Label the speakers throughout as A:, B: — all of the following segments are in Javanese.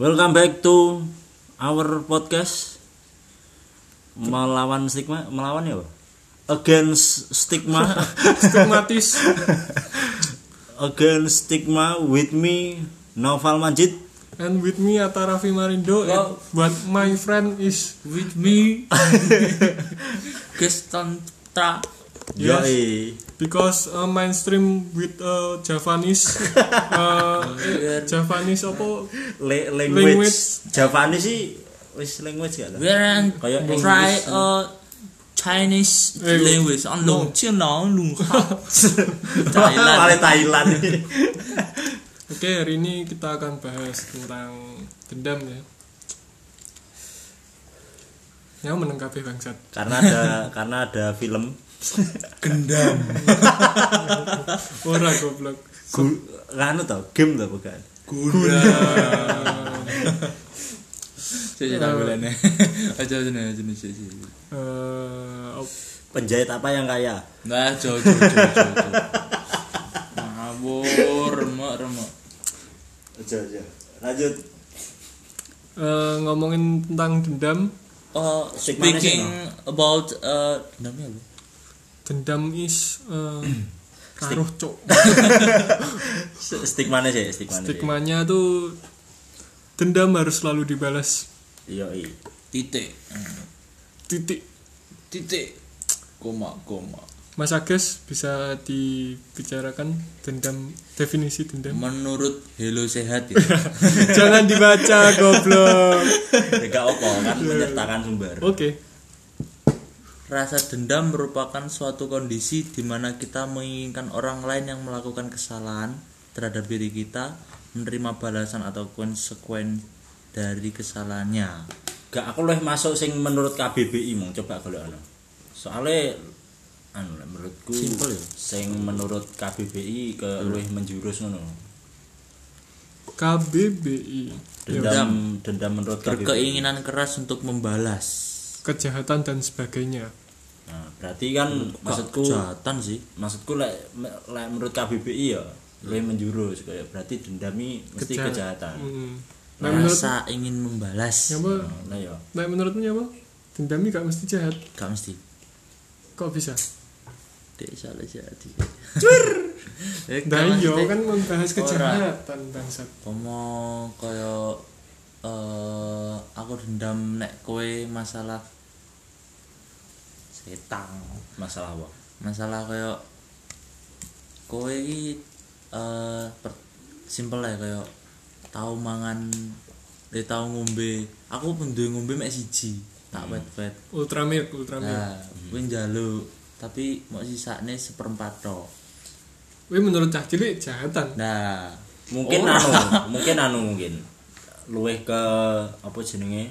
A: Welcome back to our podcast melawan stigma melawan ya Pak? against stigma
B: stigmatis
A: against stigma with me Noval Manjid
B: and with me Atta Raffi Marindo and
C: Wow.
B: but my friend is
C: with me Gestantra
B: Yes.
A: Yoi.
B: because uh, mainstream with uh, Javanese uh, eh,
C: Iya.
B: Javanese apa
A: Le- language.
B: Language.
A: Japanese sih wis language gak ada?
C: where and
A: Kayak English. eh.
C: try a Chinese
B: Eh,
C: language Ah, on long chin long long Thailand
A: Malah Thailand
B: oke hari ini kita akan bahas tentang dendam ya yang menengkapi Ya, bangsat
A: karena ada karena ada film
C: gendam
B: ora goblok
A: gu- anu tau game tau bukan
C: gula saya tak boleh nih aja aja nih aja nih aja aja.
B: Eh, op-
A: penjahit apa yang kaya
C: nah jauh jauh jauh jauh, jauh ngawur remek remek
A: aja aja lanjut
B: eh, ngomongin tentang dendam
C: Uh,
A: Stigma-nya sih,
C: speaking about uh, gendamnya apa?
B: dendam is eh, taruh cok
A: stigma sih stigma
B: stigmanya tuh dendam harus selalu dibalas
A: iya iya
C: titik
B: titik
C: titik koma koma
B: Mas Agus bisa dibicarakan dendam definisi dendam
C: menurut Hello Sehat ya
B: jangan dibaca goblok
A: Gak apa kan menyertakan sumber.
B: oke
C: rasa dendam merupakan suatu kondisi di mana kita menginginkan orang lain yang melakukan kesalahan terhadap diri kita menerima balasan atau konsekuen dari kesalahannya
A: Gak aku loh masuk sing menurut KBBI mong coba golek ono. Soale anu lek menurutku
C: Simpel ya.
A: sing menurut KBBI ke luwih menjurus ngono.
B: KBBI Ya,
A: Dendam dendam menurut
B: gitu.
A: KBBI.
C: berkeinginan keras untuk membalas
B: kejahatan dan sebagainya
A: Nah, berarti kan maksudku
C: kejahatan sih
A: maksudku lek lek menurut KBBI ya luwih menjurus kayak berarti dendami mesti
B: Keja-
A: kejahatan.
B: Hmm. Nah, menurut
C: rasa ingin membalas
B: apa?
A: Nah ya.
B: Nah, menurutmu apa? Dendam ini gak mesti jahat.
C: gak mesti
B: Kok bisa?
C: dek salah jadi Eh,
B: Nah, iya kan membahas kejahatan bangsat.
C: Komo kaya eh aku dendam nek kowe masalah setan,
A: Masalah apa?
C: masalah kaya kowe iki eh per- simpel ya kaya tau mangan eh tau ngombe. Aku penduwe ngombe mek siji, tak wet-wet.
B: Ultramilk, ultramilk.
C: Nah, kowe njaluk, tapi mau sisane seperempat tok.
B: Wih menurut cah cilik jahatan.
C: Nah,
A: mungkin
C: Ora.
A: anu mungkin anu mungkin luweh ke apa jenenge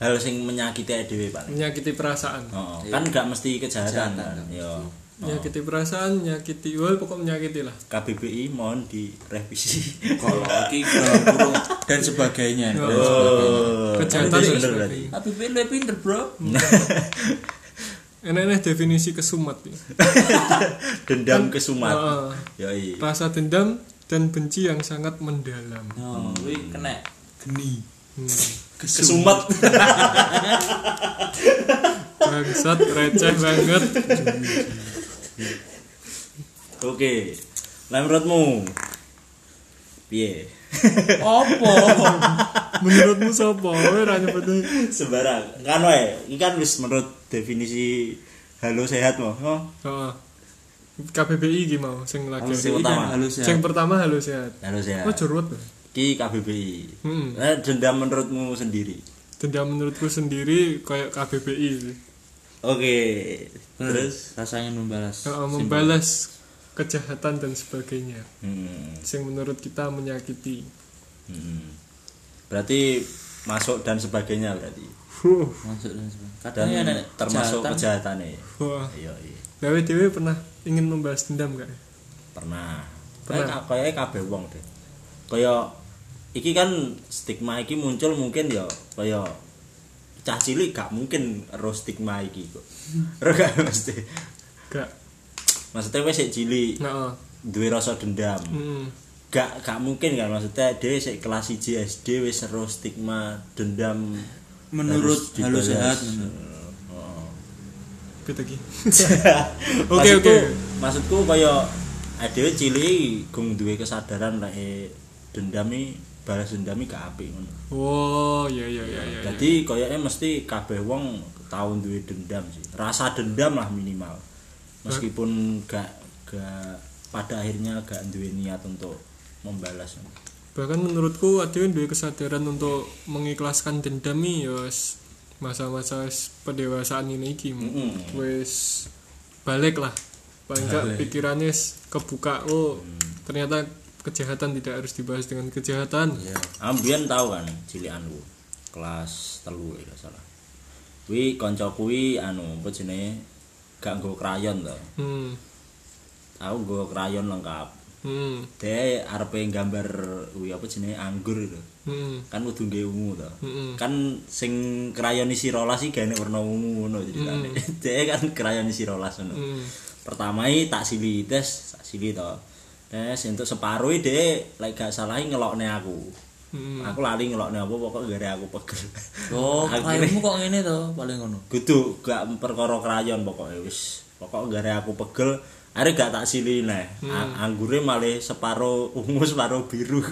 A: hal sing menyakiti ae dhewe paling
B: Menyakiti perasaan.
A: oh, kan gak mesti kejahatan
C: Kejahatan,
A: kan yo
B: Menyakiti perasaan, menyakiti, wah pokok menyakiti
C: Eh,
B: lah.
A: KBBI mohon direvisi
C: kalau iki kalau burung dan sebagainya.
A: oh,
B: Kejahatan
A: itu bener berarti
B: dan sebagainya.
C: Tapi pilih pinter bro.
B: Enak-enak definisi kesumat ya. nih.
A: dendam kesumat
B: Heeh.
A: yoi
B: Rasa dendam dan benci yang sangat mendalam. Hmm.
C: No, kuwi kena geni.
A: kesumat
B: Bangsat, receh banget.
A: oke lah menurutmu piye
C: Opo?
B: Menurutmu siapa? Wih ranya betul.
A: sembarang kan wae ini kan wis menurut definisi halo sehat mau oh,
B: Heeh. KBBI gimana? Sing lagi.
A: Sing
C: Ini
A: utama.
C: dan halus ya.
B: kan? Sing pertama halus sehat.
A: halo sehat
B: Oh jeruat loh.
A: Ki KBBI.
B: Mm-mm.
A: Eh, dendam menurutmu sendiri.
B: Hmm. Dendam menurutku sendiri kayak KBBI sih.
A: Oke. Terus
C: Terus rasanya membalas.
B: Heeh,
C: Simpel.
B: membalas kejahatan dan sebagainya.
A: hmm,
B: Sing menurut kita menyakiti.
A: hmm. Berarti masuk dan sebagainya berarti.
B: Huh.
C: Masuk dan sebagainya.
A: Dan
C: Katanya nek
A: termasuk
C: kejahatan.
A: kejahatan ya.
B: Wah.
A: Iya, iya.
B: Gawe dewe pernah ingin membahas dendam gak?
A: Pernah.
B: Pernah.
A: Pernah kayak kabeh wong deh. Kayak iki kan stigma iki muncul mungkin ya kayak cah cilik gak mungkin ro stigma iki kok. Ro gak mesti.
B: Gak.
A: Maksudnya wis sik cilik
B: Nah,
A: duwe rasa dendam.
B: mm,
A: gak gak mungkin kan maksudnya dia sik kelas 1 SD wis seru stigma dendam harus
C: Menurut Halo
A: dibalas. Eh, oh.
C: Sehat, menurut.
A: Heeh.
B: Gitu iki.
A: oke
B: Oke,
A: oke
B: oke.
A: maksudku kaya adewe cilik gong duwe kesadaran nek dendam iki balas dendam iki gak apik ngono
B: Oh, iya iya iya iya. iya.
A: Jadi kayaknya mesti kabeh wong tahun duwe dendam sih. Rasa dendam lah minimal. Meskipun gak gak pada akhirnya gak duwe niat untuk membalas.
B: Bahkan menurutku adewe duwe kesadaran untuk mengikhlaskan dendam iki ya wis masa-masa wis pendewasaan ini iki.
A: Mm-mm.
B: Wis balik lah. Paling gak
C: Balik. Mm.
B: pikirannya wis kebuka oh ternyata kejahatan tidak harus dibahas dengan kejahatan.
C: Iya.
A: Ambien tahu kan cilikan ku. Kelas telu ya gak salah. Kuwi kanca kuwi anu apa jenenge gak nggo krayon to.
B: Hmm.
A: Aku nggo krayon lengkap.
B: Hmm.
A: Dek arepe gambar kuwi apa jenenge anggur itu.
B: Hmm.
A: Kan kudu nggih ungu to.
B: Mm-mm.
A: kan sing krayon isi rolas iki gane warna ungu ngono ceritane. Dhewe kan krayon isi rolas ngono.
B: Hmm.
A: Pertama iki tak sili tes, tak sili to. Tes entuk separo iki dhek lek gak salah iki ngelokne aku.
B: Hmm.
A: Aku lali ngelokne apa pokok gara aku pegel.
C: Oh,
A: Akhirnya-
C: kayakmu kok ngene to, paling ngono.
A: Kudu gak perkara krayon pokoke wis. Pokok gara aku pegel. Are gak tak sili neh. A- Anggure malah separo ungu separo biru.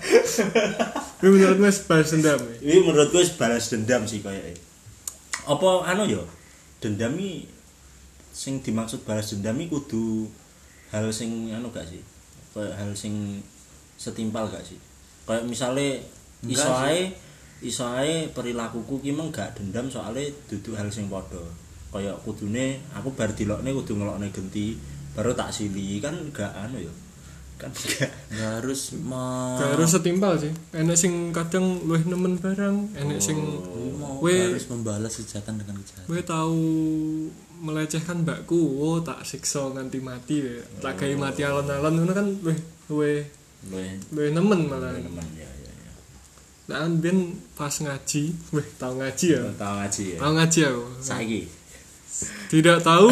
B: Tapi menurut Mas balas dendam. ya?
A: Ini menurutku wis balas dendam sih kayaknya Apa anu ya? Dendam iki sing dimaksud balas dendam iki kudu hal sing anu gak sih? Kayak hal sing setimpal gak sih? Kayak misalnya iso
C: Enggak
A: ae iso ae perilakuku ki meng gak dendam soalnya duduk hal sing padha. Kayak kudune aku bar dilokne kudu ngelokne genti baru tak sili kan gak anu ya. Kan gak
C: Nggak harus me...
B: Gak harus setimpal sih. Enek sing kadang luwih nemen barang, enek sing
C: mau
B: We-
C: nggak harus membalas kejahatan dengan kejahatan.
B: gue tahu melecehkan mbakku, oh tak siksa nganti mati, we. tak kayak mati alon-alon, ngono kan luwih luwih
A: luwih
B: luwih nemen malah.
A: temen ya ya ya.
B: Nah, kan ben pas ngaji, weh tahu ngaji ya,
A: Tau ngaji ya.
B: tahu ngaji aku,
A: Saiki
B: tidak tahu.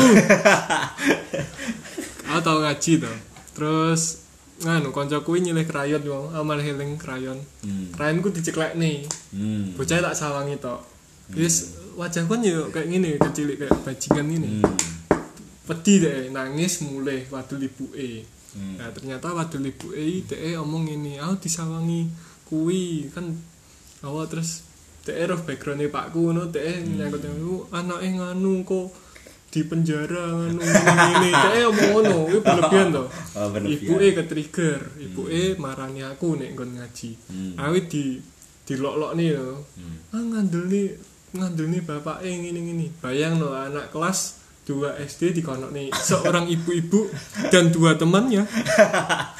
B: aku tahu ngaji toh. Terus nganu koncoku ini nyilih krayon yo, amal healing krayon.
A: Hmm.
B: Krayonku diceklek nih.
A: Hmm.
B: bocah tak sawangi tok wis wajah kan yo kayak ngene kecilik kayak bajingan ngene
A: Hmm.
B: pedih deh nangis mulai wadul ibuke
A: Hmm.
B: nah ternyata wadul ibuke iki dhek omong ngene aku disawangi kuwi kan awal terus dhek roh backgroundnya pakku ngono dhek
A: Hmm.
B: nyangkut aku anake nganu kok di penjara nganu ngene dhek omong ngono kuwi berlebihan to
A: Oh, berlebihan.
B: ibuke ke trigger ibuke marani aku nek nggon ngaji
A: Hmm.
B: awi di dilok-lokne yo ah ngandel nih ngandel nih bapak eh ini ini bayang loh anak kelas 2 SD dikonok nih seorang ibu-ibu dan dua temannya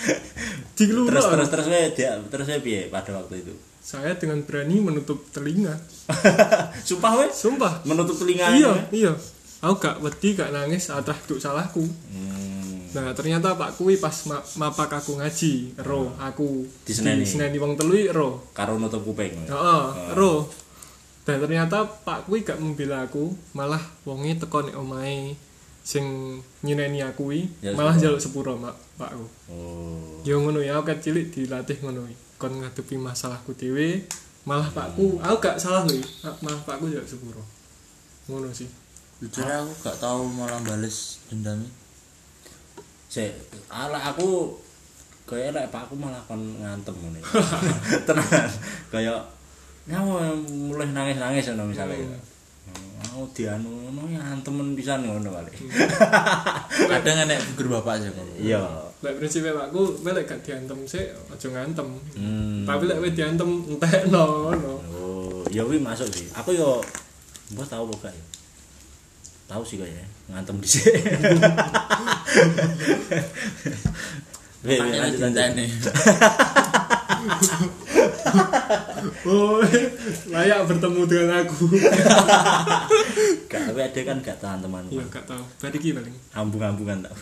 A: terus
B: Dikelulok.
A: terus terus we dia terus we piye pada waktu itu
B: saya dengan berani menutup telinga
A: sumpah we
B: sumpah
A: menutup telinga
B: iya
A: ini, we.
B: iya aku gak wedi gak nangis atas duk salahku
A: hmm.
B: nah ternyata pak kui pas ma- mapak aku ngaji ro aku
A: Diseneni.
B: diseneni wong telu iki, ro
A: karo nutup kuping we.
B: Heeh, ro. Dan ternyata Pak kuwi gak membela aku, malah wonge teko nek omahe sing nyineni aku kuwi,
A: Ya,
B: malah
A: sepuro.
B: njaluk sepuro Pak Pakku.
A: oh
B: Ya ngono ya, aku cilik dilatih ngono iki. Kon ngadepi masalahku dhewe, malah
A: Hmm.
B: Pakku, aku gak salah lho, iki. malah Pakku njaluk sepuro. Ngono sih.
C: Jujur aku gak tahu malah balas dendamnya.
A: Sik, ala aku kaya lek pak aku malah kon ngantem ngene tenan kaya nyawa mulai nangis nangis ngono misalnya gitu. mau dianu ngono ya antemen pisan ngono kali
C: Kadang enek figur bapak aja kok.
A: iya
B: Lek prinsipe Pakku, kowe lek gak diantem sik, aja ngantem.
A: hmm.
B: Tapi lek kowe diantem entekno ngono.
A: Oh, ya kuwi masuk sih. Aku yo mbah tahu apa gak ya. Tahu sih kayaknya, ngantem dhisik. Wih, wih,
C: Makanya
A: lanjut lanjut.
C: dicintani.
B: Oh, layak bertemu dengan aku.
A: Gak, tapi ada kan gak tahan teman.
B: Iya, gak tau. Bariki paling.
A: Ambung-ambungan tak.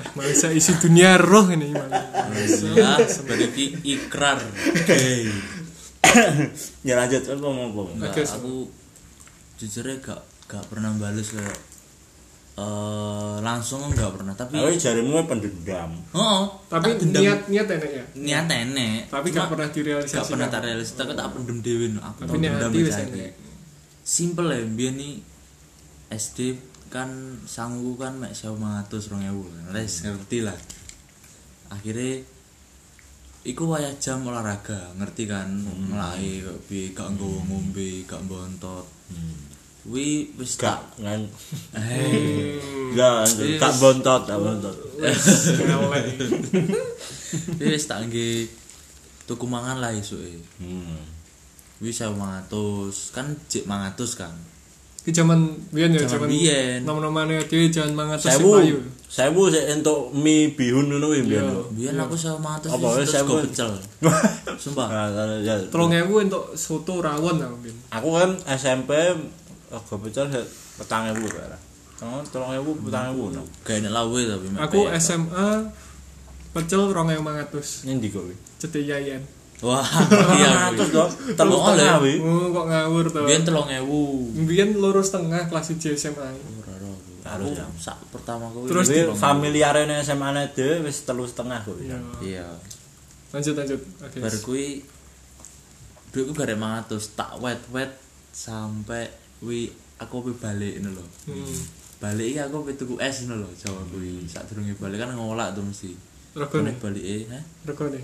B: Eh, Malaysia isi dunia roh ini Malaysia.
C: Ya, seperti ikrar.
A: ya lanjut apa mau apa?
C: Nggak,
B: Oke,
C: aku jujurnya gak gak pernah balas kayak eh, langsung enggak pernah tapi
A: Tapi jarimu kan pendendam.
C: oh
B: tapi
C: tak dendam
B: niat niat enak ya
C: niat enek
B: tapi gak
C: Cuma
B: pernah direalisasi
C: gak pernah tak realis tapi tak pendem dewi aku
B: tapi
C: tau
B: niat
C: dendam
B: hati wis
C: saiki.
B: enek
C: simple ya biar nih SD kan sanggup kan mek sewa mangatus rong ewu les
A: Hmm.
C: ngerti lah akhirnya Iku wayah jam olahraga, ngerti kan?
A: Hmm.
C: Mulai kok bi gak nggawa ngombe, gak bontot. Wi wis
A: Hmm. Gak
C: tak.
A: ngan.
C: Hei.
B: Hmm.
A: Gak tak bontot, tak bontot.
B: Elek.
C: Wi wis tak nggih tuku mangan lah esuke.
A: Hmm.
C: Wi 1500, kan jek 100 kan.
B: Ki jaman biyen ya
C: Jaman
B: jaman
C: biyen.
B: nom-nomane dhewe jaman mangatus sing
A: Sewu,
B: payu.
A: sewu sih untuk mie bihun ngono kuwi biyen.
B: Iya.
C: Biyen aku 1500
A: Hmm. Apa, wis
C: wis
A: 1000?
C: terus go pecel. Sumpah.
A: Nah, kalau Ah, ya.
B: 3000 entuk soto rawon aku biyen.
A: Aku kan SMP aku pecel se- petang ewu kira. Tolong tolong ewu petang ewu. no.
C: Kayak nek lawe tapi mek
B: Aku
C: payah.
B: SMA pecel 2500
A: Ini di kowe.
B: cetik yayan.
C: Wah, iya.
A: Terus dong, telur
C: Bohong,
A: setengah
C: Le.
A: wi.
B: Oh kok ngawur to.
C: Biyen 3000.
B: Biyen loro setengah kelas 1 SMA.
C: Ora ora. aku.
A: Karo
C: Aku
A: jam.
C: sak pertama aku.
B: Terus
A: Kuwi
C: iki 3000.
A: familiare ne SMA ne dhewe wis telu setengah kowe.
B: Iya.
C: Iya.
B: Lanjut lanjut. Oke.
C: Bar kuwi duitku garek 500 tak wet-wet sampai wi aku pi balik ngono lho.
B: Hmm.
C: Balik iki aku pi tuku es ngono lho Jawa kuwi. Sadurunge balik kan ngolak tuh mesti.
B: Regone.
C: Balik balike, heh.
B: Regone.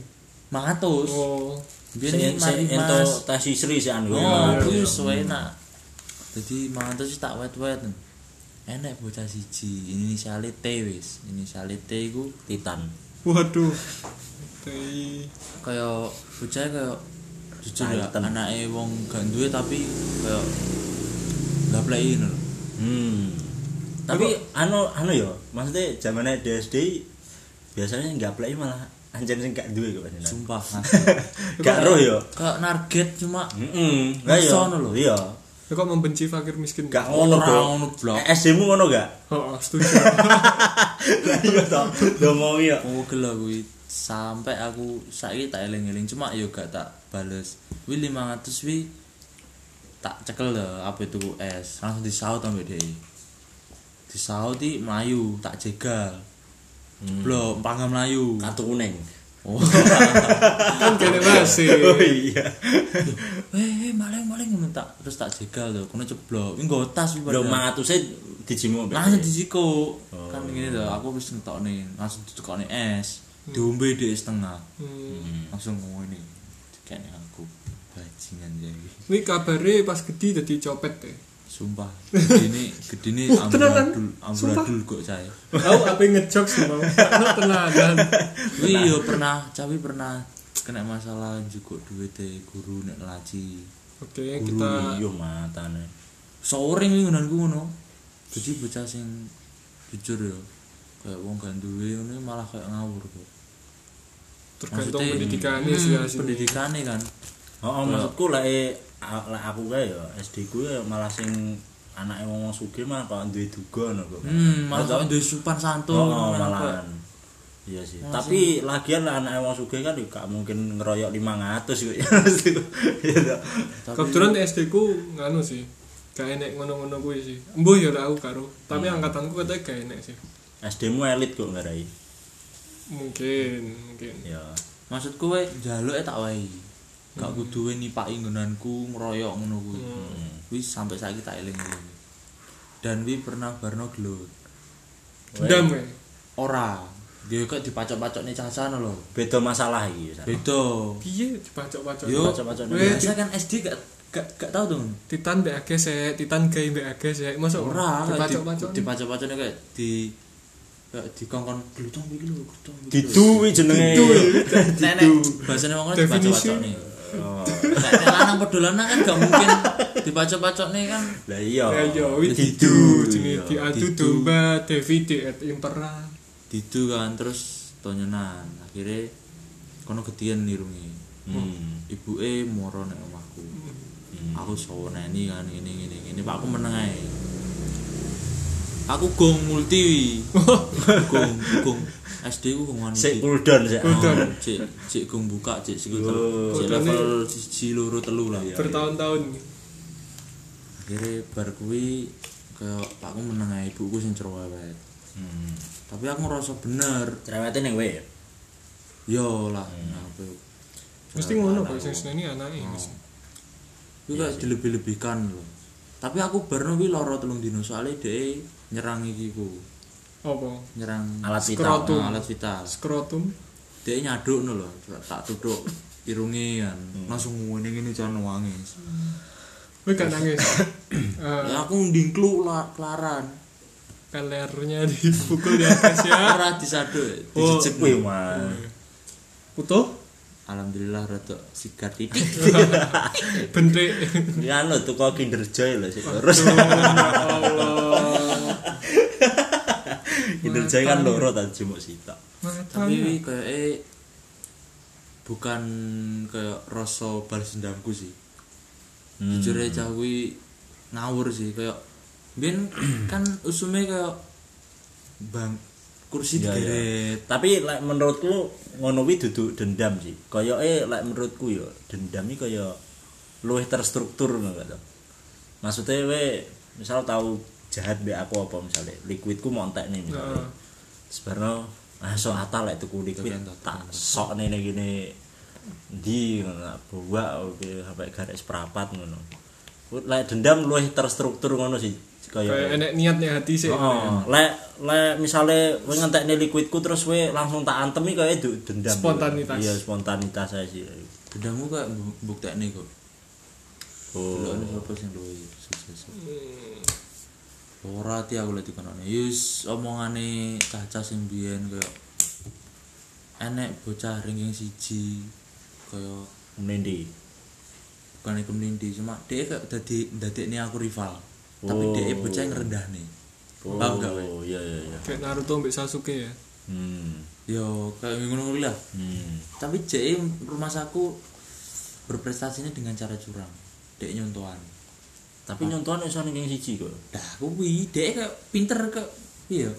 C: 500.
B: Oh.
C: Biyen iki mari
A: ento
C: mas.
A: tes istri sih anu.
C: Oh,
A: Iya.
C: kuwi suwe enak. Dadi mangan terus tak wet-wet. Enak bocah siji, inisiale T wis. Inisiale T iku
A: Titan.
B: Waduh. Tei.
C: kaya bocah e kaya jujur ya
A: Titan.
C: anake wong gak duwe tapi kaya gapleki lho.
A: Hmm. Tapi anu anu ya, maksudnya zamane DSD biasanya nggak play malah anjen sing gak duwe kok pancen.
C: Sumpah asli.
A: Gak roh ya.
C: Kaya narget cuma
A: Heeh. Lah ya.
C: Sono lho.
A: Iya.
B: Ya, Kok membenci fakir miskin?
A: Gak ngono
C: Ora
A: dong.
C: ngono, Blok.
A: SD-mu ngono gak?
B: Oh, oh, setuju.
A: Iya toh. Domongi ya.
C: pukul lah kuwi sampai aku saiki tak eling-eling cuma yo gak tak bales. Kuwi 500 wi tak cekel lho apa itu es langsung disaut sampe dhek. Disaut di Melayu tak jegal. Blok pangam Melayu.
A: Kartu kuning.
C: Oh.
B: kan kene masih.
A: Oh iya.
C: Weh, maling maling minta terus tak jegal lho, kono ceblok. Ini nggo tas wih
A: Lho
C: padahal.
A: 500 e dijimu.
C: Langsung disiko. Kan ngene lho, aku wis ngentokne, langsung ditukokne es. Diombe dhek setengah.
B: Hmm.
C: Langsung ngene. Dikene aku. Bajingan ya iki.
B: Ini kabare pas gede jadi copet deh.
C: Sumpah, Oh, gedene gedene
B: Wah, tenanan.
C: amburadul,
B: Sumpah.
C: amburadul kok saya.
B: Aku apa ngejok sih mau? Karena tenanan.
C: Wih, yo pernah, Cawi pernah kena masalah juga duit guru nek laci.
B: Oke, Eh, kita
A: Guru yo matane.
C: sore nih ngonan ngono jadi bocah sing jujur ya kayak wong gak duwe ngono malah kayak ngawur kok
B: tergantung
C: Maksudnya,
B: pendidikannya sih
C: hmm,
B: asli.
C: pendidikannya kan
A: Oh, maksudku lah lah aku kae ya SD ku ya malah sing anake wong sugih mah kok duwe duga ngono kok.
C: hmm malah kayak duwe sopan santun
A: Oh,
C: ngono
A: malahan. Iya sih. Tapi lagian lah anak wong sugih kan juga gak mungkin ngeroyok 500 kok. Ya mesti kok. Iya toh.
C: Tapi-
B: Kebetulan SD ku nganu sih. Gak enek ngono-ngono kuwi sih. Mbuh ya ora aku karo, tapi
A: Hmm.
B: angkatanku katanya gak enek sih.
A: SD-mu elit kok ngarai.
B: Mungkin, mungkin.
A: Ya.
C: maksud kowe njaluk tak wae gak kudu duwe nipaki nggonanku ngeroyok ngono kuwi
A: Hmm.
C: wis sampai saiki tak eling-eling dan wi pernah barno gelut
B: Dendam ya.
C: ora dia kok dipacok-pacokne cacana lho
A: Beda masalah iki. San.
C: beda
B: Piye dipacok-pacok.
C: Yo,
A: Baca-baca
B: dulu.
C: biasa kan SD gak gak gak tau tuh.
B: Titan mbek age sek, Titan gay mbek age sek.
A: Oh,
B: Mosok
C: Ora
B: dipacok-pacok.
C: dipacok-pacokne kayak di kayak di kongkon glutong iki lho, glutong. iki lho.
A: Didu kuwi jenenge.
C: Nenek bahasane wong kan dipacok-pacokne.
A: Oh.
C: Nek nek lanang padha lanang kan gak mungkin dipacok-pacokne kan.
A: Lah iya.
B: Ya yo, wis
A: Didu,
B: didu jenenge
A: iya.
B: diadu
C: Didu.
B: domba Devi di at impera.
C: Didu kan terus tonyonan. Akhirnya kono gedian nirungi.
A: Hmm.
C: Ibuke moro nek omahku. Aku saweneni kan ngene ngene ngene, Pak aku meneng ae. Aku gong multi wi. gong gong SD ku gong anu
A: Sik cooldown sik.
B: Cool down.
C: Oh, cek cek gong buka cek
A: Oh.
C: sik
B: Cool
C: cek
B: down
C: level siji loro telu lah
A: Iya.
B: Bertahun-tahun.
C: akhirnya bar kuwi kayak pakku menang ae, ibuku sing cerewet
A: Hmm.
C: tapi aku ngerasa bener
A: Cerewete ning kowe ya.
C: yo lah apa yo.
B: mesti ngono kok sing seneni anake mesti.
C: Kuwi kayak dilebih-lebihkan loh tapi aku barno kuwi lara telung dino soalnya dia nyerang iki ku
A: Oh.
B: apa
C: nyerang
A: Alat vital. Hmm.
B: Skrotum.
C: alat vital
B: skrotum
C: dia nyaduk no loh tak tutup irungnya kan
A: Hmm.
C: langsung ngene ngene jangan nangis
B: kowe gak nangis Eh,
C: ya aku ndingkluk lah kelaran
B: pelernya dipukul di atas ya
C: ora disaduk
B: Oh,
A: Dicecek kowe, Mas.
B: utuh
C: alhamdulillah rada sigar titik
B: bentrek oh.
A: Ya anu tuku Kinder Joy lho sih. Terus
B: Allah
A: Kinder Joy kan loro ta jemuk sitok.
B: mata
C: tapi ini kayak bukan kayak rasa balas dendamku sih
A: Hmm.
C: jujur aja kuwi ngawur sih kayak ben kan usume kayak bang kursi
A: Iya, iya.
C: digeret
A: Tapi lek menurutku ngono kuwi dudu dendam sih. Kayoke lek menurutku ya dendam iki kaya luwih terstruktur ngono gak tau. Maksudnya we misal tahu jahat be aku apa misalnya liquidku montek nih misalnya.
B: Heeh.
A: Sebarno ah so atal lek tuku liquid
C: Tapi entah
A: tak sok nih nih gini di ngono bawa oke sampai garis perapat ngono. Lek dendam luwih terstruktur ngono sih.
B: kayak enek niatnya hati
A: Iya.
B: sih
A: Oh, lek lek misale kowe ngentekne liquidku terus kowe langsung tak antemi kaya du- dendam.
B: Spontanitas.
A: Iya, spontanitas saya sih.
C: dendamku kayak bukti nih kok
A: Oh.
C: Delok nih siapa sing luwih sukses ora ti aku lagi kono yus omongane caca sing biyen kayak enek bocah ringking siji kayak
A: Mendi.
C: bukan iku mlindi cuma dia kayak dadi dadekne aku rival tapi
A: Oh.
C: dia bocah yang rendah nih
A: Oh,
C: Paham gak, weh?
A: iya iya iya.
B: kayak Naruto mbek Sasuke ya
A: Hmm.
C: yo kayak ngono kuwi lah
A: Hmm.
C: tapi dia rumah saku berprestasinya dengan cara curang dia nyontohan
A: Tapi nyontohan iso ning geng siji kok.
C: dah kuwi dia kayak pinter kayak iya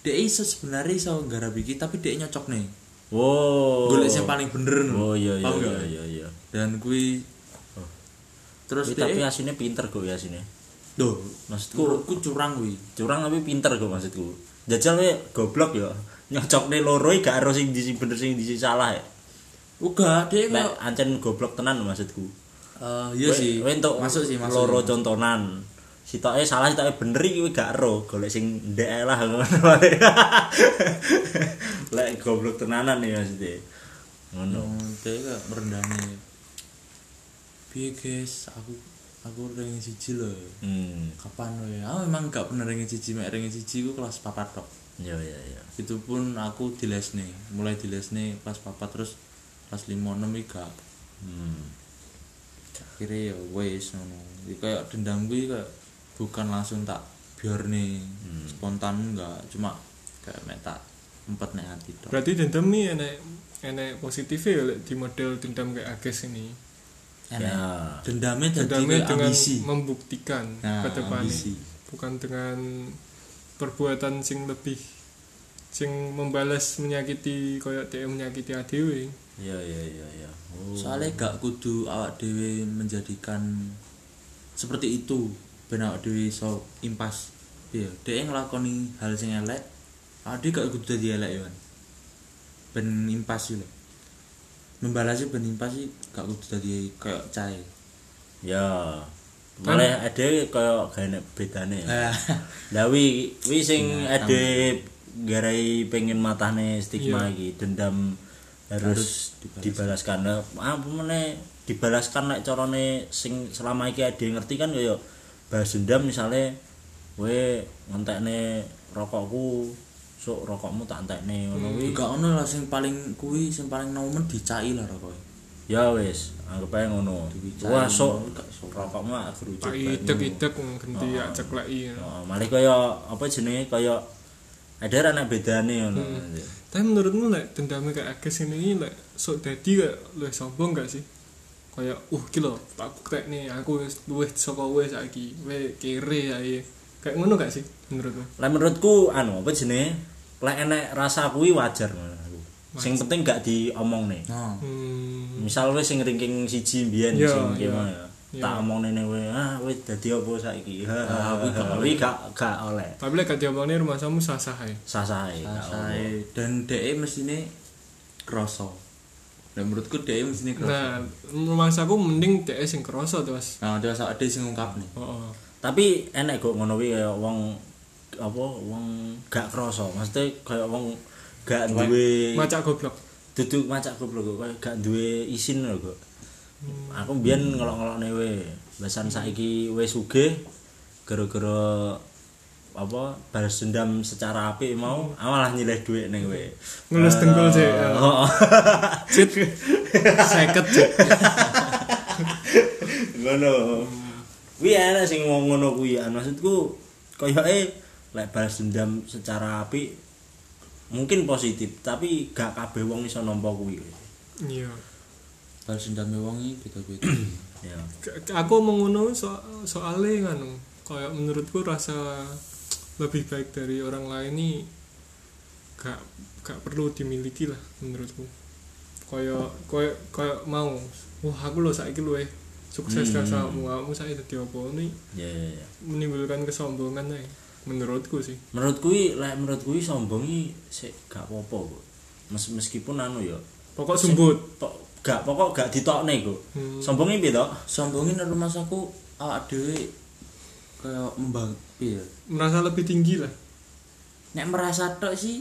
C: dia iso sebenarnya iso garap iki tapi dia nyocok nih
A: Oh.
C: golek sing paling bener
A: Oh iya iya
C: Paham
A: iya
C: gak?
A: iya iya.
C: dan kuwi
A: Oh.
C: terus
A: Tapi- Tapi
C: dia
A: asine pinter kok ya asine.
C: Duh,
A: Maksudku
C: menurutku curang kuwi
A: curang tapi pinter kok maksudku. Jajal kowe goblok ya. Nyocokne loro iki gak ero sing disi bener sing disi salah ya.
C: Uga, dia
A: Lek
C: kayak
A: ancen goblok tenan maksudku.
C: Eh, iya sih,
A: Untuk
C: masuk sih, masuk.
A: Loro contonan. Sitoke salah sitoke bener iki kowe gak ero, golek sing ndek ae lah ngono wae. Lek goblok tenanan ya maksudnya Ngono.
C: Nanti gak merendahnya Piye guys, aku aku ringin siji loh
A: Hmm.
C: Kapan loh ya, aku emang gak pernah ringin siji Mek ringin siji aku kelas papat tok
A: Ya ya ya.
C: Itu pun aku di les nih, mulai di les nih kelas papat terus kelas lima enam ini gak
A: Hmm.
C: Akhirnya ya wes ngono Ini Kayak dendam gue kayak bukan langsung tak biar nih
A: Hmm.
C: Spontan enggak, cuma kayak mek tak empat nih hati tok
B: berarti dendam nih enek enek positifnya ya lek di model dendam kayak Ages ini
C: Enak.
A: Ya.
C: Dendamnya jadi
B: dendamnya
C: kayak
B: dengan
C: ambisi
B: membuktikan
C: Nah,
B: ke depannya
C: ambisi.
B: bukan dengan perbuatan sing lebih sing membalas menyakiti koyok dia menyakiti adewe
A: Ya ya ya ya. Oh.
C: soalnya gak kudu awak dewe menjadikan seperti itu ben awak dewe iso impas iya dia ngelakoni hal sing elek awak dhewe gak kudu dadi elek yo Wan. ben impas yo membalasi ben impas sih gak kudu dadi kayak cai
A: Ya. Malah ade koyo gak enak bedane. ya. Lah wi wi sing ade garai pengen matahne stigma
B: Iya.
A: iki dendam harus,
C: Harus
A: dibalaskan. Lah apa meneh dibalaskan nek carane sing selama iki ade ngerti kan ya balas dendam misale we ngentekne rokokku sok rokokmu tak entekne ngono kuwi.
C: gak ono lah sing paling kuwi sing paling nomen dicai lah rokoke
A: Ya wis, anggap ae ngono.
C: Dibicarain.
A: Wah sok rokokmu aku rujuk.
B: tak
A: bae.
B: idek-idek
C: Ah.
B: ganti ya cekleki ya.
A: Oh, malah kaya apa jenenge kaya ada anak bedane ngono.
B: tapi menurutmu lek dendamnya kayak Ages ini lek sok dadi kayak luwih sombong gak sih kayak uh ki lho tak buktek nih aku wis luwih saka wis saiki we kere ya iya." kayak ngono gak sih menurutmu
A: Lah menurutku anu apa jenenge lek enek rasa kuwi wajar ngono aku. Sing penting gak diomongne.
C: nah
B: hmm.
A: Misal wis sing ranking siji mbiyen
B: Iya,
A: sing
B: iya.
A: gimana Oh. ya. tak omong nene we ah wis dadi apa saiki ha ha,
C: Ah, kuwi
A: ha,
C: gak
A: ha." kuwi gak gak oleh
B: tapi lek gak diomongne rumah samu sah-sah ae
A: sasae gak oleh.
C: Sae. dan DE mestine kroso dan menurutku DE mestine kroso
B: nah rumah saku mending dhek sing kerasa terus
C: nah terus ada sing ngungkap nih
B: heeh
A: tapi enek kok ngono kuwi kaya wong apa wong gak krasa maksudnya kaya wong gak duwe
B: macak goblok
A: duduk macak goblok kok kaya gak duwe isin lho kok aku mbiyen ngelok-ngelokne we besan saiki wis sugih gara-gara apa balas dendam secara apik mau aku malah nyileh dhuwit ning we
B: ngelus dengkul sih
A: oh
B: cit seket cit
A: ngono kuwi ana sing ngomong ngono kuwi An. maksudku koyoke lek balas dendam secara apik mungkin positif tapi gak kabeh wong iso nampa kuwi
B: iya
C: balas dendam wongi beda-beda
A: ya
B: K- aku mau ngono so soalnya nganu kayak menurutku rasa lebih baik dari orang lain ini gak gak perlu dimiliki lah menurutku kayak kayak kayak mau wah aku lo saiki luwe sukses
A: Hmm.
B: hmm. kamu kamu saya jadi apa ini
A: ya ya, ya.
B: menimbulkan kesombongan ae menurutku sih
A: menurut kuwi lek menurut kuwi sombong iki sik gak apa-apa kok Mes- meskipun anu ya
B: pokok sumbut
A: po- gak pokok gak ditokne kok
B: Hmm.
A: sombongnya piye to
C: sombongin rumah saku awak dhewe kayak mbang piye
B: merasa lebih tinggi lah
C: nek merasa tok sih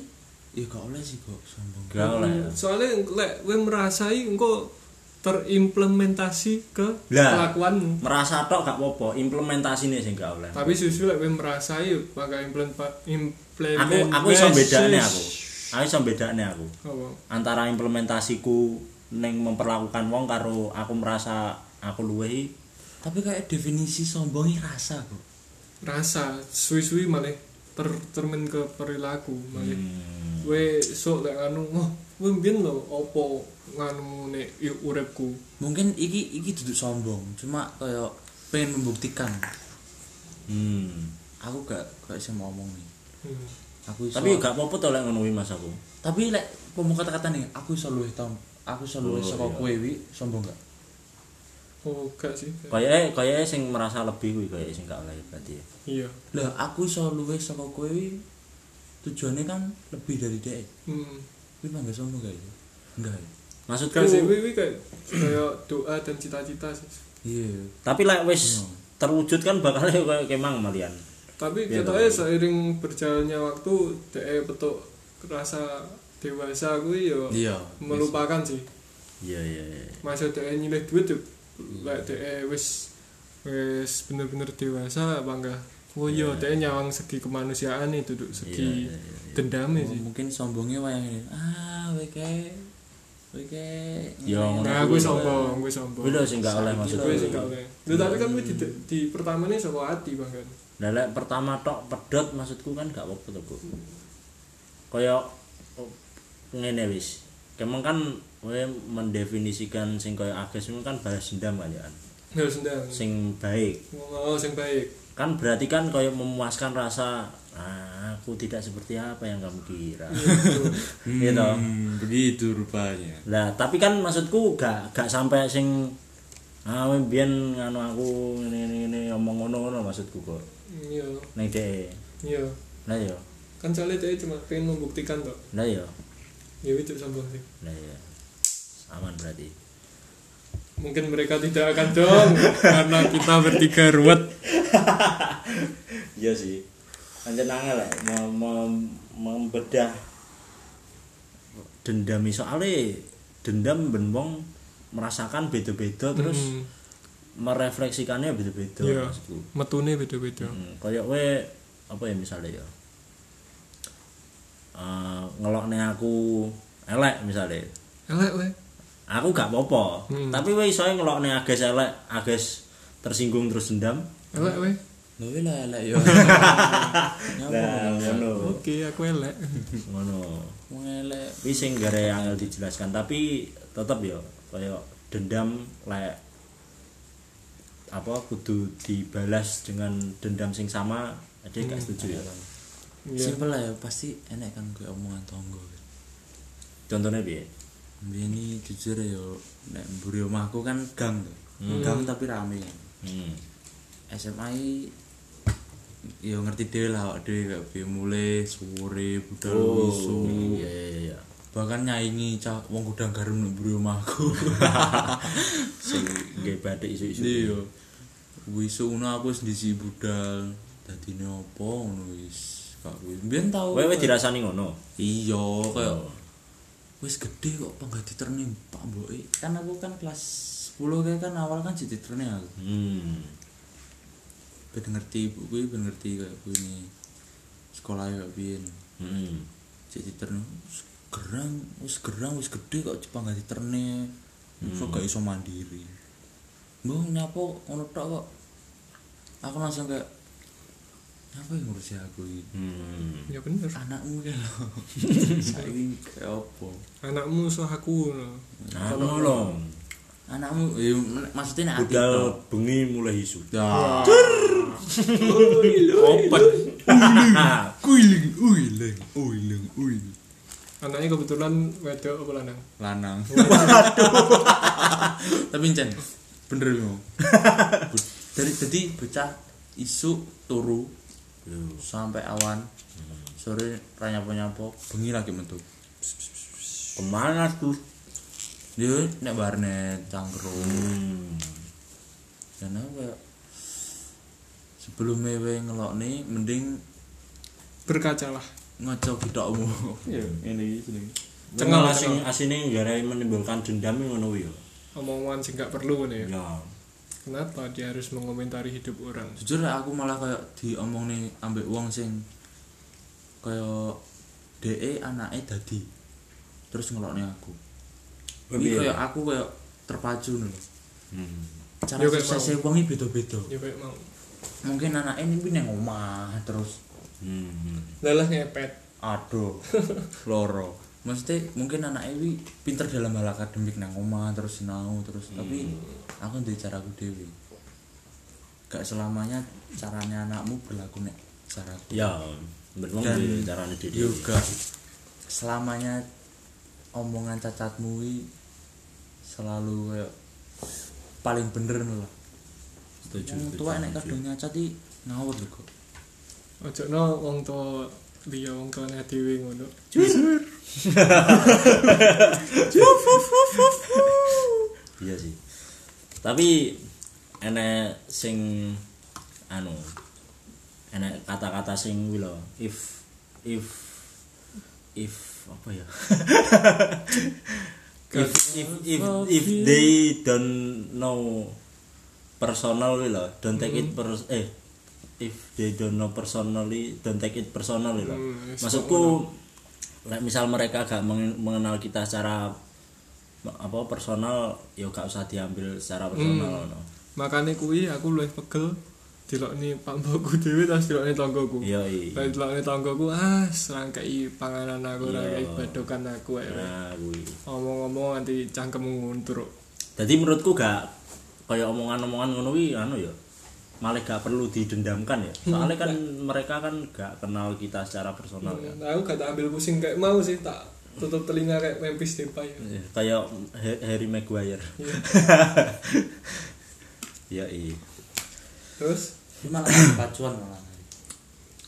C: ya gak oleh sih kok sombong
A: gak oleh ya.
B: soalnya lek gue merasai engko terimplementasi ke
A: Lah.
B: kelakuanmu
A: merasa tok gak apa-apa implementasine sing gak oleh
B: tapi susu lek gue merasai pakai implement implement
A: aku aku iso bedane aku aku iso bedane aku
B: apa
A: antara implementasiku neng memperlakukan wong karo aku merasa aku luwehi
C: tapi kayak definisi sombongi rasa kok
B: rasa suwi-suwi malah ter termin ke perilaku malah
A: hmm.
B: gue sok lek anu wah gue mbien lo opo nganu nek i- uripku
C: mungkin iki iki duduk sombong cuma kayak pengen membuktikan
A: hmm.
C: aku gak gak bisa ngomong nih
B: Hmm.
C: aku iso
A: tapi gak apa-apa to lek ngono kuwi mas aku
C: tapi lek pomo kata-kata nih aku iso luwih tom aku iso luwih
A: Oh,
C: saka
A: iya.
C: kowe wi sombong gak
B: oh gak sih
A: kayake kayake sing merasa lebih kuwi kayake sing gak oleh berarti ya.
B: iya
C: lah aku iso luwih saka kowe wi tujuannya kan lebih dari dhek
B: hmm.
C: kuwi mah gak sombong gak ya enggak ya?
A: maksudku
B: gak sih gue gue kayak kayak doa dan cita-cita sih
C: iya
A: tapi lek wis terwujud kan bakal kayak kemang malian
B: tapi
A: Iya,
B: kita
A: tapi-
B: seiring berjalannya waktu deh petuk rasa dewasa gue yo
C: iya
B: melupakan sih
A: iya iya iya
B: masa deh nyilih duit tuh
A: Hmm.
B: lek deh wis wis bener-bener dewasa bangga oh iya
A: Iya.
B: deh nyawang segi kemanusiaan itu duduk segi
A: Iya, iya, iya.
B: dendamnya
C: Oh,
B: sih
C: mungkin sombongnya wayang ini ah kowe kae kowe kae
A: Ya, ngono
B: nah gue
A: kuwi.
B: sombong gue sombong
A: kuwi lho sing gak oleh
C: Saiki
A: maksudku Hmm.
B: gue sih
A: kuwi.
B: gak oleh Lho, tapi kan gue di, di pertama nih sama hati bangga
A: Lah lek pertama tok pedot maksudku kan gak apa-apa to, Bu. Kaya oh, ngene wis. Kemeng kan kowe mendefinisikan sing kaya agres itu kan balas dendam kan ya. kan.
B: nggak sendal
A: Sing baik.
B: mau yang baik
A: Kan berarti kan kaya memuaskan rasa "Ah, aku tidak seperti apa yang kamu kira. Gitu.
C: begitu rupanya
A: Lah, tapi kan maksudku gak gak sampai sing ah kowe mbiyen nganu aku ngene ngene ngene omong ngono-ngono maksudku kok.
B: iya
A: Ning dhek.
B: iya
A: Lah ya.
B: kan soalnya deh cuma pengen membuktikan toh
A: Lah ya.
B: ya itu sombong sih
A: Nah, ya. Aman berarti.
B: mungkin mereka tidak akan dong karena kita bertiga ruwet
A: Iya sih. Anjen angel lah mau mem- membedah dendam iso ale dendam ben wong merasakan beda-beda terus
B: terus
A: merefleksikannya beda-beda
B: Iya.
A: maksudku.
B: metune beda-beda
A: Hmm, kayak we apa ya misalnya ya. Eh ngelokne aku elek misalnya
B: elek weh
A: aku gak apa-apa
B: Hmm.
A: tapi we iso ngelokne ages elek ages tersinggung terus dendam
B: elek weh
C: Lha lah lah yo.
A: lah
C: Nyambung.
A: ngono
B: oke aku elek
A: ngono
C: Wong elek.
A: Tapi sing gare angel dijelaskan tapi tetep ya kaya dendam lek apa kudu dibalas dengan dendam sing sama ada gak setuju ya
B: Iya.
C: Simpel lah ya pasti enek kan gue omongan tonggo.
A: contohnya piye
C: Mbiyen iki jujur ya nek mburi omahku kan gang tuh. gang tapi rame
A: Hmm.
C: SMA i- ya ngerti dhewe lah awak dhewe gak piye mulai sore budal wisu
A: Oh, iya iya iya.
C: bahkan nyaingi cah wong gudang garam nang mburi omahku
A: Sing nggih batik isu-isu.
C: iya wisu ngono aku wis ndisi budal dadine opo ngono wis gak wis mbiyen tau
A: Kowe wis Oh. dirasani ngono.
C: iya kayak wis gede kok pengganti terne pak mboke kan aku kan kelas 10 kayak kan awal kan jadi terne aku
A: Hmm.
C: ben ngerti ibu gue ben ngerti kayak gue ini sekolah ya biyen
A: Hmm.
C: jadi terne wis gerang wis gerang wis gede kok Jepang ganti terne so gak iso mandiri mbong nyapo ngono tok kok aku langsung kayak apa yang ngurusi aku ini
A: Hmm.
B: ya bener
C: anakmu kan loh saiki kayak apa
B: anakmu so aku no.
A: Nah, tolong.
C: anakmu ya, maksudnya nek
A: Budal bengi mulai isu.
C: Dah. Opet. Uiling, uiling, uiling, uiling.
B: anaknya kebetulan wedok apa lanang
C: Lanang. Tapi Cen, bener yo. Dari tadi bocah isuk turu sampai awan sore ranyapo nyapo bengi lagi metu
A: Kemana tuh?
C: dia nek warnet cangkruk
A: Hmm.
C: dan apa ya? sebelum mewe ngelok nih mending
B: berkacalah
C: ngocok bidokmu iya ini jenenge
A: Cengal
B: Cengal,
A: asing asine gara menimbulkan dendam yang ngono kuwi yo.
B: omongan sih nggak perlu nih ya.
A: Ya.
B: kenapa dia harus mengomentari hidup orang
C: jujur lah, aku malah kayak diomong nih ambek wong sing kayak de anaknya dadi terus ngelokne aku ini
A: Iya.
C: kayak aku kayak terpacu nih
A: Hmm.
C: cara
B: Yo, kayak
C: suksesnya wong iki beda-beda
B: ya kayak mau
C: mungkin anaknya ini pindah omah terus
A: Hmm.
B: lelah ngepet
C: aduh loro maksudnya mungkin anak ini pinter dalam hal akademik nang omah terus sinau terus tapi aku ndek caraku dewi gak selamanya caranya anakmu berlaku nek caraku
A: Ya, benar
C: Dan
A: di carane dhewe.
C: yoga selamanya omongan cacatmu wi selalu kayak paling bener lah
A: Setuju.
C: Wong
A: setuju,
C: tua nek
A: setuju.
C: kadung nyacat i ngawur lho kok
B: ojo no wong tua dia wong tua nih dewi ngono
A: Iya sih. Tapi enek sing anu enek kata-kata sing kuwi lho, if if if apa ya? if, if if if they don't know personal kuwi lho, don't take it per eh if they don't know personally, don't take it personal kuwi lho.
B: Hmm, it's
A: Maksudku lek misal mereka gak mengen- mengenal kita secara apa personal ya gak usah diambil secara personal no.
B: makanya kui aku luwih pegel dilok nih pak mbokku dewi terus dilok nih tonggoku
A: iya iya
B: Lalu dilok nih tonggoku ah serangkai panganan
A: Iya.
B: aku serangkai badokan aku ae.
A: nah kuwi
B: ngomong-ngomong nanti cangkemmu nguntur
A: jadi menurutku gak kayak omongan-omongan ngono kuwi anu ya malah gak perlu didendamkan Hmm. ya soalnya kan mereka kan gak kenal kita secara personal ya
B: Nah, aku gak tak ambil pusing kayak mau sih tak tutup telinga kayak Memphis Depay.
A: Eh, kayak Ha- Harry Maguire ya iya
B: Terus
C: Ini malah jadi pacuan malah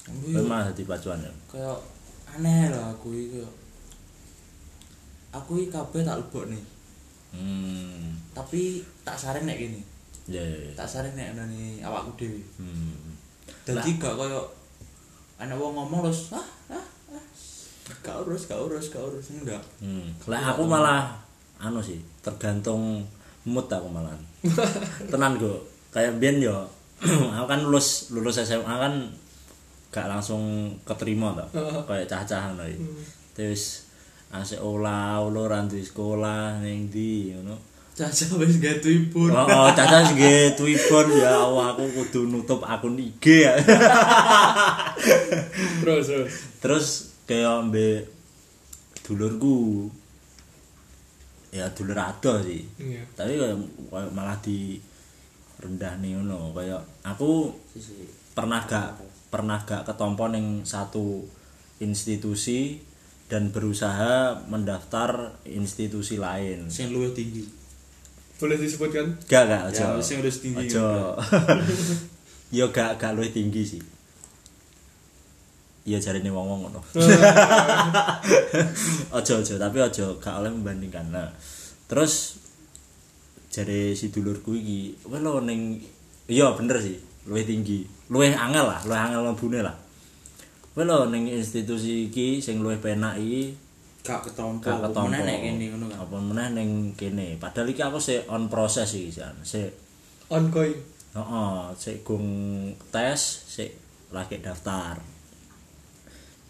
A: memang hati pacuan ya
C: kayak aneh lah aku iki kayak aku iki kabeh tak lebok nih
A: hmm
C: tapi tak saring nek gini
A: ya ya ya
C: tak saring nek nani awakku dewi
A: hmm
C: jadi gak koyo ana wong ngomong terus ah ah ah gak urus gak urus gak urus enggak
A: Hmm. Lah aku malah anu sih, tergantung mood aku malahan. Tenan go. Kayak biyen yo aku kan lulus lulus SMA kan gak langsung keterima to. Kayak cah-cahan lho. Terus asik olah ulur di sekolah ning ndi ngono.
C: caca wis gak tuipun
A: Oh, oh caca sing nggih Twitter ya Allah aku kudu nutup akun IG ya.
B: terus terus.
A: terus kayak ambek dulurku ya dulur ado sih
B: Iya.
A: tapi kayak, kayak malah di rendah nih ngono kayak aku pernah gak pernah gak ketompo ning satu institusi dan berusaha mendaftar institusi lain
C: sing luwih tinggi
B: boleh disebutkan
A: gak gak
D: Ya,
A: ojo
D: sing urus tinggi.
A: ojo yo gak gak luwih tinggi sih iya jarine wong-wong
C: Oh,
A: ngono ojo ojo tapi ojo gak oleh membandingkan nah terus jare si dulurku iki weh lo ning iya bener sih luwih tinggi luwih angel lah luwih angel mlebune lah weh lo ning institusi iki sing luwih penak iki
C: Gak ketompo.
A: gak ketompo
C: Oh, Meneh nek kene ngono kan.
A: apa meneh ning kene padahal iki aku sik on proses iki jan sik
B: ongoing
A: Heeh, sik gung tes, sik lagi daftar.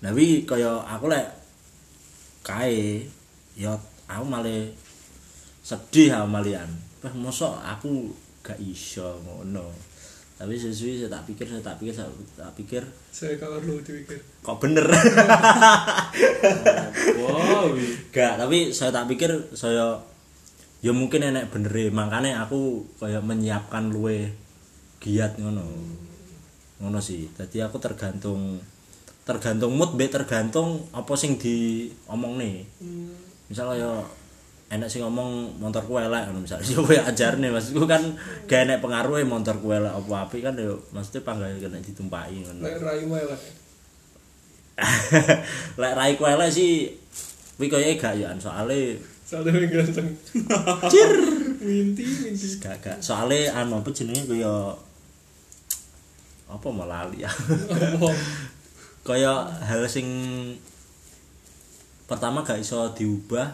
A: Nah, wi kaya aku lek kae ya aku malah sedih aku malian. Wah, mosok aku gak iso ngono. Tapi sesuai saya tak pikir, saya tak pikir, saya tak pikir
B: saya gak perlu dipikir
A: kok bener.
D: Wow, wi.
A: gak, tapi saya tak pikir saya ya mungkin enek benere, makanya aku kayak menyiapkan luwe giat ngono. ngono sih jadi aku tergantung tergantung mood be tergantung apa sing di omong nih misalnya ya enak sing ngomong motorku elek ngono misalnya yo kowe ajarne maksudku kan gak enek pengaruhe motorku elek apa apik kan yo maksudnya panggawe kena ditumpaki ngono
B: nek raimu elek
A: lek rai ku elek sih kuwi koyoke gak yo soalnya
B: soalnya yang ganteng
A: Cir.
B: minti minti
A: gak gak soalnya anu apa jenenge koyo apa mau lali ya
B: apa
A: kaya hal sing pertama gak iso diubah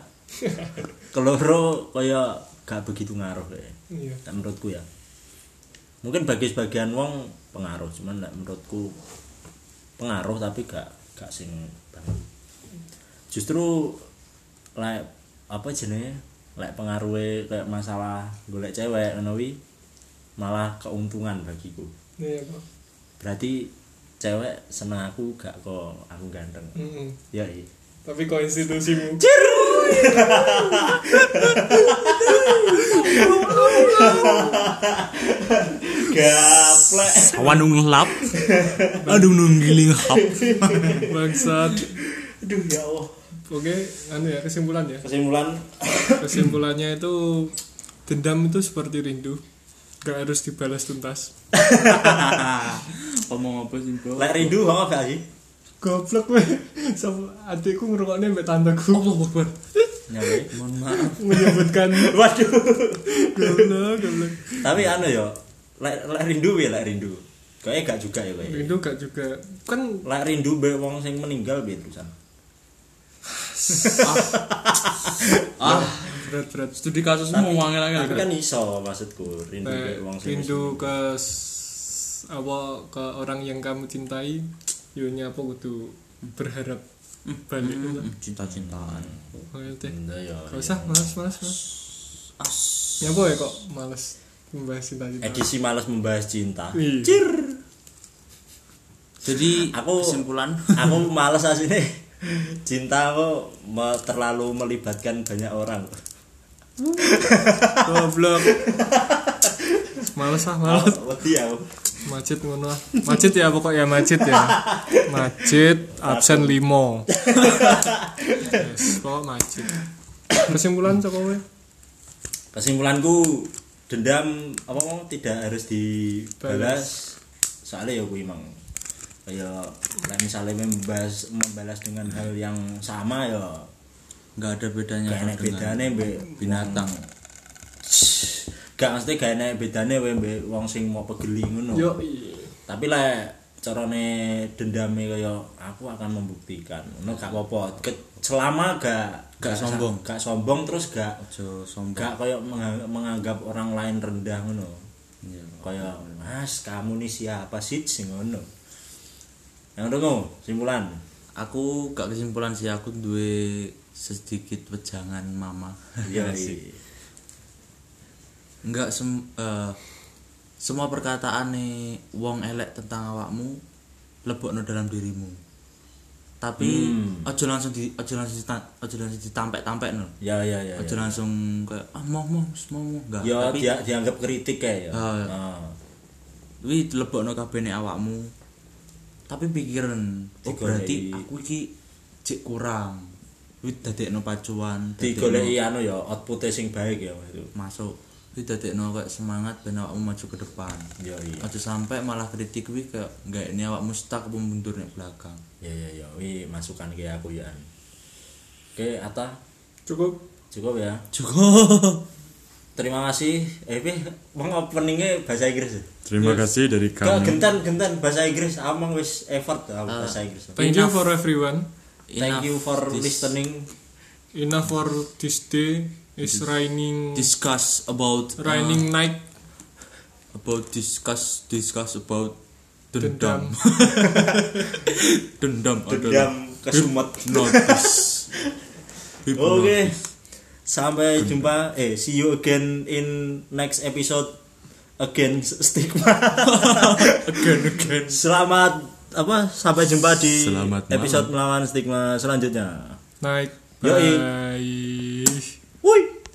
A: keloro kaya gak begitu ngaruh kayak
B: iya
A: Nek menurutku ya mungkin bagi sebagian wong pengaruh cuman nek menurutku pengaruh tapi gak gak sing banget justru lek apa jenenge lek pengaruhe kayak masalah golek cewek ngono kuwi malah keuntungan bagiku
B: iya pak
A: berarti cewek seneng aku gak kok aku ganteng
B: Mm-mm.
A: ya iya
B: tapi kok institusimu
A: gaplek
C: Awan nung lap. Aduh nung giling hap.
B: bangsat
A: aduh ya Allah
B: oke anu ya kesimpulan ya
A: kesimpulan
B: kesimpulannya itu dendam itu seperti rindu gak harus dibalas tuntas
D: Ngomong apa sih, Bro?
A: lek rindu kok gak sih
B: goblok weh sama adikku ngerungoknya mbak tanteku Oh, Allah Akbar
A: Nyari.
C: Mohon maaf.
B: menyebutkan
A: waduh
B: goblok goblok
A: tapi anu ya lek lek rindu ya lek rindu kayaknya gak juga ya kayaknya
B: rindu gak juga kan
A: lek rindu be wong sing meninggal be terusan
C: Ah,
B: berat berat
C: studi kasusmu
A: tapi,
C: mau angel-angel.
A: tapi kan iso maksudku rindu be
B: Nek
A: wong sing
B: rindu ke s- apa ke orang yang kamu cintai yo nyapa kudu berharap
C: Hmm.
B: balik lah
C: Cinta-cintaan.
B: Pokoknya teh
A: Rindu ya
B: gak usah malas malas malas nyapa ya kok malas membahas cinta cinta
A: edisi malas membahas cinta
B: Wih.
A: cir
C: Jadi
A: Aku-
C: kesimpulan
A: aku malas asine cinta kok me- terlalu melibatkan banyak orang
B: goblok malas ah malas
A: wedi aku
B: macet ngono ah. macet ya pokoknya macet ya macet absen limo yes, kok macet kesimpulan coba weh
A: kesimpulanku dendam apa mau tidak harus dibalas soalnya ya gue emang ya lek misalnya membalas membalas dengan hal yang sama ya
C: nggak ada bedanya
A: gak enak
C: dengan
A: bedane mbek
C: binatang.
A: gak mesti gak enak bedane wae mbek wong sing mau pegeli ngono
B: yo
A: tapi lek carane dendame kaya aku akan membuktikan ngono gak apa-apa Ke- selama gak
C: Gak sombong.
A: gak sombong terus gak
C: Ojo sombong.
A: gak kaya mengha- menganggap orang lain rendah ngono
C: Iya.
A: kaya mas kamu nih siapa sih sing ngono yang dong simpulan
C: Aku gak kesimpulan sih aku duwe sedikit wejangan mama.
A: iya
C: sih.
A: iya.
C: Enggak sem eh, semua perkataan nih wong elek tentang awakmu lebokno dalam dirimu. Tapi
A: Hmm.
C: ojo langsung di ojo langsung dita- ojo langsung ditampek-tampek no.
A: ya ya ya
C: Ojo
A: ya.
C: langsung kayak ah mau mau mau mau enggak.
A: ya
C: Tapi
A: dia, dianggap kritik kayak ya
C: Ah, ya.
A: Ah.
C: wi lebokno kabeh nek awakmu. Tapi pikiran oh
A: Digoleki.
C: berarti aku iki cek kurang. Wi dadekno pacuan, dadekno
A: digoleki anu ya outputnya sing baik ya Mas.
C: masuk. itu dadekno kayak semangat ben awakmu maju ke depan
A: Iya iya.
C: aja sampai malah kritik kuwi kayak nggak ini awak mustak apa mundur nek belakang
A: Ya ya ya, wi masukan ke aku ya. Oke, Ata,
B: cukup
A: cukup ya.
C: cukup
A: Terima kasih. Eh, wi, wong openingnya bahasa Inggris. ya?
E: Terima kasih dari
A: Gak
E: kami.
A: gentan gentan bahasa Inggris, amang wis effort tau
C: Ah.
A: bahasa Inggris.
B: thank you for everyone
A: Thank you for listening.
B: enough for this day is raining
C: discuss about uh,
B: raining night
C: about discuss discuss about
B: dendam
C: dendam dendam adalah
A: Dendam kesumet.
C: notice
A: Oke. Sampai jumpa. Eh, see you again in next episode against stigma.
C: again again
A: Selamat apa? Sampai jumpa di
E: Selamat malam.
A: episode melawan stigma selanjutnya.
B: night
A: Yoi.
B: bye